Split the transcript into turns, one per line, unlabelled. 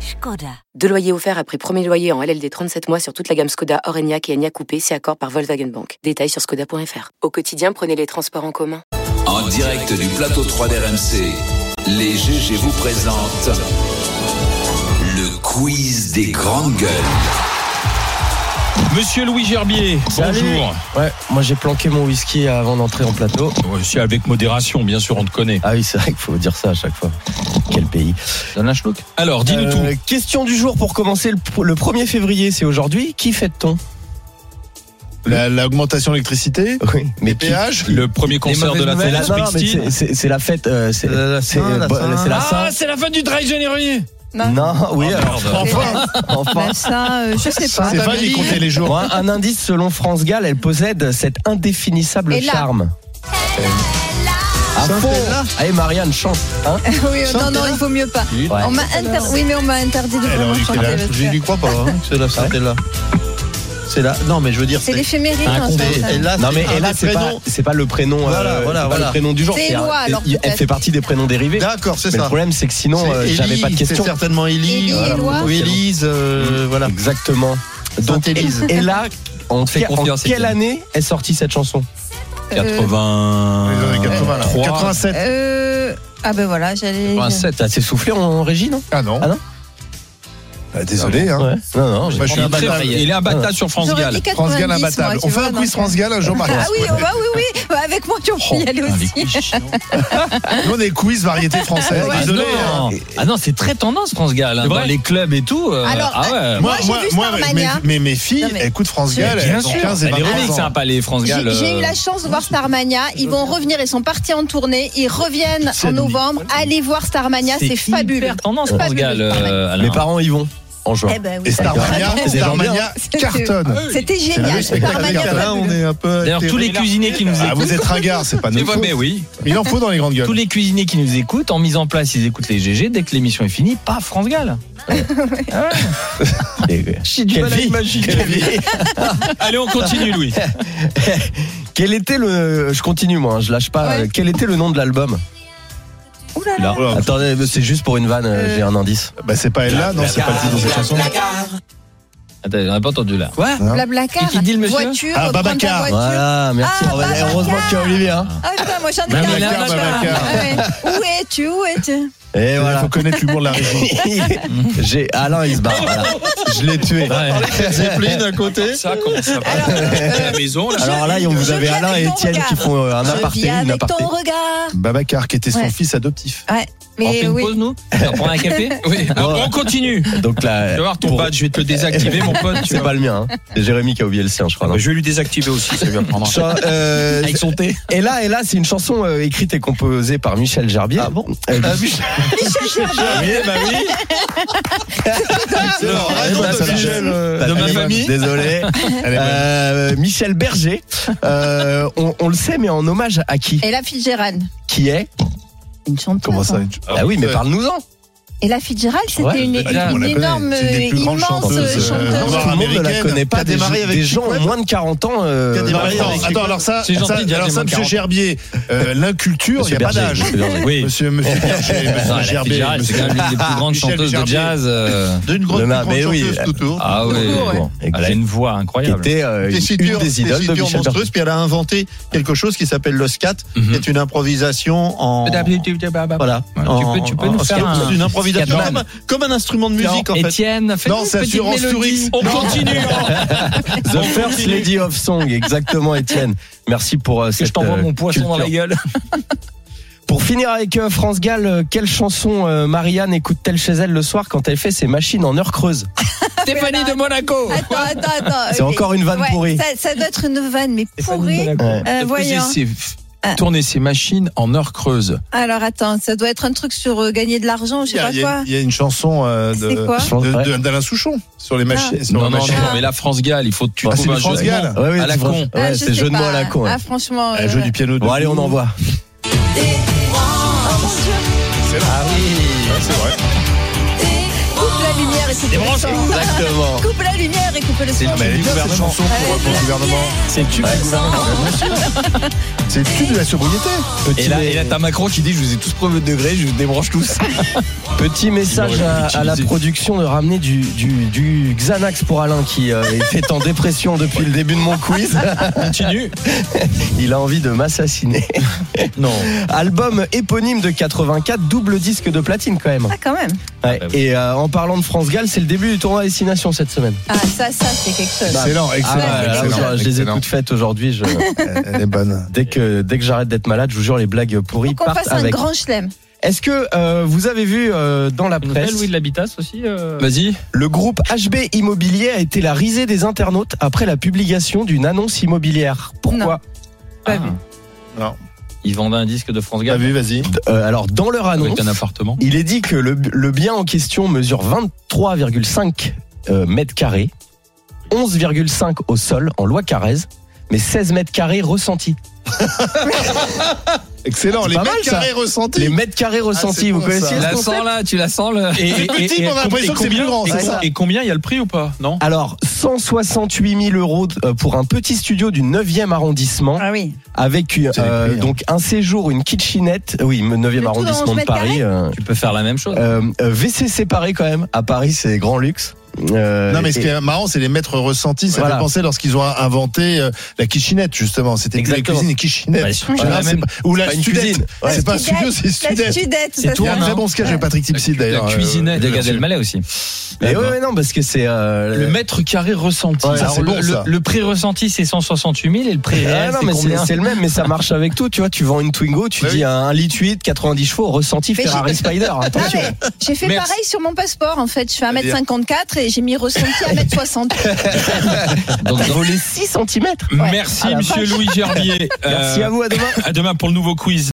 Skoda.
Deux loyers offerts après premier loyer en LLD 37 mois sur toute la gamme Skoda, Orenia et Enya Coupé, c'est accord par Volkswagen Bank. Détails sur skoda.fr. Au quotidien, prenez les transports en commun.
En direct du plateau 3 d'RMC, les GG vous présentent le quiz des grandes gueules.
Monsieur Louis Gerbier, bonjour.
Ouais, moi j'ai planqué mon whisky avant d'entrer en plateau.
Ouais, C'est avec modération, bien sûr, on te connaît.
Ah oui, c'est vrai qu'il faut dire ça à chaque fois. Quel pays.
Donne un schnook.
Alors, dis-nous
Euh, Question du jour pour commencer. Le, pr- le 1er février, c'est aujourd'hui. Qui fête-t-on
La- L'augmentation de l'électricité,
Oui,
les
qui-
péages,
tout. Le premier concert de la
mauvaises
Taylor
Non, non, mais
Swift.
c'est- c'est c'est la fête. euh, c'est
La- la
c'est-
Saint, la
bon,
Saint.
c'est la
Ah,
Saint.
c'est la fin du Dry January
Non,
Ah,
oui, alors,
enfin,
enfin.
Bah ça, euh, je sais pas.
c'est pas qui comptait les jours.
Bon, un- un indice selon France Gall, elle possède cet indéfinissable
Et là.
charme. À fond. Allez Marianne, chante. Hein
oui, euh, non, non, il vaut mieux pas.
Ouais.
On m'a inter- Oui, mais on m'a interdit de
Alors,
vraiment
il était
chanter.
là,
parce
je
que
lui crois pas. hein.
C'est là, c'était là. C'est là. Non, mais je veux dire,
C'est l'éphéméride.
un
hein,
condé.
ça.
Et là,
Non mais
c'est
et
un
là
des
Ah, c'est pas
prénoms.
c'est pas le prénom
Voilà,
euh,
voilà,
c'est pas
voilà.
le prénom du genre
C'est
c'est un-
Éloi, alors,
il- elle
peut-être.
fait partie des prénoms dérivés
D'accord, c'est
mais le problème Ah, c'est que sinon euh,
C'est
j'avais pas de
Élie,
question
C'est certainement Élie.
Élie,
voilà.
Éloi.
Ou Élise, euh, voilà.
exactement donc
Sainte-Élise.
et là
On te fait
en
confiance.
quelle année est sortie cette chanson
Euh,
80.
Les années 80, là.
3.
87.
euh, Ah ben voilà, j'allais.
T'as assez ah, soufflé en, en régie non
Ah non.
Ah non Ah
Bah, Désolé. hein.
Ouais. Non non. j'ai-
Moi, je suis
Il est très-
imbattable.
Il est imbattable sur France
J'aurais
Gall.
dit
France Gall
90, moi,
imbattable.
tu
On fait
vois,
un
donc,
quiz France Gall un jour, Marie.
Ah oui, oh, bah oui, oui. Bah, avec moi, tu peux y aller
Oh,
aussi.
avec les chiens.
Nous, on est quiz variété française.
Ah
Désolé. hein.
non, Ah non, c'est très tendance France Gall, hein,
C'est
dans
vrai
les clubs et tout. euh,
Alors,
ah ouais.
Moi, j'ai vu
mes,
Starmania.
mes, mes filles
Non, mais-
écoutent France
Bien
Gall.
Bien
elles ont
sûr,
15 et
elle est remix,
20
hein,
ans.
pas les France Gall.
J'ai j'ai
euh,
eu la chance de voir Starmania. Ils vont revenir, ils sont partis en tournée. Ils reviennent en novembre. Allez voir Starmania, c'est fabuleux.
hyper tendance
C'est
France
fabuleux.
Gall, euh, Alain.
Mes parents y vont en juin.
Eh ben oui.
Et Starmania,
C'est des gens bien.
Starmania
C'était-
cartonne.
C'était
Ah C'est le
génial.
spectacle
Starmania,
cartonne.
fabuleux.
est un peu. D'ailleurs, tous les cuisiniers qui nous
Ah,
écoutent.
vous êtes ringard, c'est pas
C'est
notre
vrai,
faute.
mais oui.
Eh ben, Mais Il en faut dans les
Euh,
grandes
Tous
gueules.
les cuisiniers qui nous écoutent, en mise en place, ils écoutent les GG. Dès que l'émission est finie, pas France Gall. Ah
J'ai du mal à imaginer.
Allez, on continue, Louis.
Quel était le je continue moi, hein, je lâche pas.
Ouais.
Quel était le nom de l'album
Ouh là là.
Voilà.
Attendez, c'est juste pour une vanne, euh,
Euh.
j'ai un indice.
Bah, c'est pas elle là, non, c'est pas le titre de cette chanson.
Attends, j'en ai pas entendu là.
Quoi
Blablacar.
Qui- qui dit le monsieur
Voiture.
Ah,
prendre ta
Babacar.
voiture.
Voilà, merci.
Ah, bah,
heureusement qu'il y a Olivier. Hein.
Ah putain, moi j'en ai
Même
qu'un.
la
Babacar,
Babacar.
Babacar.
Ah ouais. Où es-tu Où es-tu
Et
Il
voilà.
faut connaître l'humour de la région.
J'ai Alain, il se barre. voilà. Je l'ai tué.
Zeppelin d'un côté.
Ça, comment ça va À la maison, là.
Alors là, vous
je
avez
viens
Alain
avec
et
ton
Étienne
regard.
qui font euh, un
Je
aparté,
vis
une
avec
aparté.
ton regard.
Babacar, qui était son
Ouais.
fils adoptif.
On fait
Mais
une
oui.
pause, nous On prend un café
Oui. Ah, bon, on continue.
Donc
Tu
là,
vas voir ton
pour-
badge, je vais te le désactiver, mon pote. tu Ah,
c'est
vas
pas le mien. hein. C'est Jérémy qui a oublié le sien, je crois.
voir.
non
Je vais lui désactiver aussi, ça lui apprendra.
Cha- euh,
Avec son thé.
et là, et là, c'est une chanson euh, écrite et composée par Michel Gerbier. Ah bon
Oui, bah oui.
euh,
Non,
raconte
ça va.
Michel, euh,
de ma famille.
Désolé.
Elle est bonne.
Euh, Michel Berger. Euh, on, on le sait, mais en hommage à qui
Et la Fitzgerald.
Qui est
Une chanteuse. hein.
Comment ça une-
Ah oui, mais parle-nous-en.
Et la Fitzgerald, c'était
Ouais,
une,
bah,
une
on la
connaît.
énorme,
C'est une des plus grandes
immense
chanteuses, euh,
chanteuse.
dans
Tout le monde ne la
américaine.
connaît
Qui
pas.
a
Des,
démarré avec
des gens
Queen.
moins de 40 ans. euh,
Qui a démarré
voilà.
avec Queen. Attends, alors ça,
C'est gentil
ça-
de dire
alors
des
ça,
moins de
Monsieur
40.
Gerbier, euh, l'inculture, il n'y
Monsieur
a pas
Berger,
d'âge.
Monsieur Berger.
Oui.
Monsieur, monsieur
Eh
Berger,
ben,
Non,
monsieur
la
Gerbier,
Fitzgerald, c'est
monsieur-
quand même l'une des plus grandes
Michel
chanteuses de
Gerbier.
jazz. euh,
D'une grosse,
Le
plus
ma-
grande
mais oui,
chanteuse tout autour.
Ah ouais,
ouais.
bon.
Exact.
elle a une voix
qui
incroyable.
était euh,
Des
une
figures,
des
des
idoles de
figures
Michel Berger.
monstrueuses, puis elle a inventé quelque chose qui s'appelle le scat, qui
Mmh.
Hmm.
est une improvisation en.
Ah
Voilà.
Ouais, tu bah,
En-
peux- tu peux
en-
nous
en
faire
scat.
un-
C'est une improvisation
scat
comme, un- comme un instrument de musique en fait.
Étienne, fais-nous
Non,
une
c'est
petite
Assurance
mélodie.
Tourisme.
On continue. hein.
The First Lady of Song, exactement, Étienne. Merci pour euh,
Que
cette.
je t'envoie
euh,
mon poisson dans la
culture.
gueule.
Pour finir avec euh, France Gall, euh, quelle chanson euh, Marianne écoute-t-elle chez elle le soir quand elle fait ses machines en heure creuse
ben,
Stéphanie de Monaco.
Attends, attends, attends.
C'est
ok.
encore une vanne
Ah Ouais,
pourrie.
ça, ça doit être une vanne, mais
Stéphanie
pourrie.
de Monaco.
Ouais.
Euh, voyons.
C'est
tourner ses machines en heure creuse.
Alors attends, ça doit être un truc sur euh, gagner de l'argent, je
Il y,
sais
a,
pas quoi.
Ah, il y a- il y a une chanson euh, de,
C'est quoi Ah.
de- de- d'Alain Souchon sur les machines. sur
Non,
la
non, non,
machine.
mais la France Gall, il faut que tu
Bah,
Ah, c'est
trouves
le
un
France
jeu.
Gall.
ouais,
à la
c'est vrai.
con.
Ah,
Ouais,
je
c'est
sais
jeu de mots à la
pas.
con. ouais. Eh,
Ah franchement.
Un
euh,
jeu du piano. de
Bon, allez, on
Gould.
envoie.
C'est vrai. Ouais, c'est vrai.
Coupe la lumière et coupe le son.
Exactement.
Coupe la lumière et coupe le son.
Ah, mais elle est bien cette chanson pour, pour le gouvernement.
C'est tu.
C'est tu de la sobriété.
Et là, et là, t'as Macron qui dit je vous ai tous prouvé de degré, je vous débranche tous.
Petit message
Il aurait
à,
pu
à la
l'utiliser.
production de ramener du, du, du Xanax pour Alain qui euh, est en dépression depuis le début de mon quiz.
Continue.
Il a envie de m'assassiner.
Non.
Album éponyme de 84, double disque de platine quand même.
Ah quand même.
Ouais. Et euh, en parlant de France Gall, c'est le début du tournoi Destination cette semaine.
Ah ça, ça c'est quelque chose.
Ah,
Excellent, excellent.
ouais,
là,
excellent,
je les ai
excellent.
toutes faites aujourd'hui. je-
Elle est bonne.
Dès que, dès que j'arrête d'être malade, je vous jure, les blagues pourries
Faut qu'on
partent
fasse un
avec.
grand chelem.
Est-ce que euh, vous avez vu euh, dans la
Une nouvelle
presse
Louis de l'Habitas aussi. euh,
Vas-y.
Le groupe HB Immobilier a été la risée des internautes après la publication d'une annonce immobilière. Pourquoi
Pas vu.
Ah. Non.
Ils vendaient un disque de France
T'as
Gall
vu, Ah vas-y.
Euh, Alors, dans leur
Ah,
annonce,
avec un appartement.
il est dit que le, le bien en question mesure 23,5 euh, mètres carrés, 11,5 au sol en loi Carrez, mais 16 mètres carrés ressentis.
Excellent,
C'est
les
pas
mètres
mal, ça.
carrés ressentis.
Les mètres carrés ressentis,
Ah, c'est
vous
bon, ça.
Tu
connaissiez ce
la
concept
sens là, tu la sens le.
C'est petit, mais on a l'impression que c'est plus grand,
et
c'est
com-
ça
Et combien il y a le prix ou pas Non.
Alors, 168 000 euros euh, pour un petit studio du 9e arrondissement.
Ah oui.
avec euh,
C'est les prix, hein.
donc un séjour, une kitchenette, oui, le 9e
Le tout dans
arrondissement
11
de
mètres
Paris. euh,
Tu peux faire la même
Ah,
chose.
euh, euh, WC séparé quand même. À Paris, c'est grand luxe. Euh,
Non, mais ce
et-
qui est marrant, c'est les maîtres ressentis. Ça
Voilà.
fait penser lorsqu'ils ont inventé euh, la kitchenette, justement. C'était plus les
Exactement.
cuisines et kitchenettes.
Bah,
En général,
la
c'est
même-
pas- Ou la
pas une
studette.
cuisine.
Ouais, C'est pas un
Studette,
studio, c'est
La
studette.
studette.
C'est
ça,
Il y a un
tourne,
très
hein.
bon sketch avec Patrick Tipsy, d'ailleurs.
La
euh,
cuisinette de Gad
là-dessus.
Elmaleh aussi.
Mais ouais, ouais, non, parce que c'est. euh,
Le mètre carré ressenti.
Ouais, ça, c'est
le,
bon, ça.
le- le prix ressenti, c'est 168 000 et le prix
Ouais,
réel,
Ah, non,
c'est
mais
combien
c'est c'est le même, mais ça marche avec tout. Tu vois, tu vends une Twingo, tu
Ouais,
dis
oui.
un 1 litre 8, 90 chevaux, ressenti
Mais
Ferrari
j'ai-
Spider.
Ah,
Attention.
mais j'ai fait
Merci.
pareil sur mon passeport en fait. Je fais 1m54 et j'ai mis ressenti à 1m60.
Donc,
T'as volé 6 cm.
Merci,
Ah, la
monsieur Louis Gerbier.
Merci
Euh,
à vous, à demain.
À demain pour le nouveau quiz.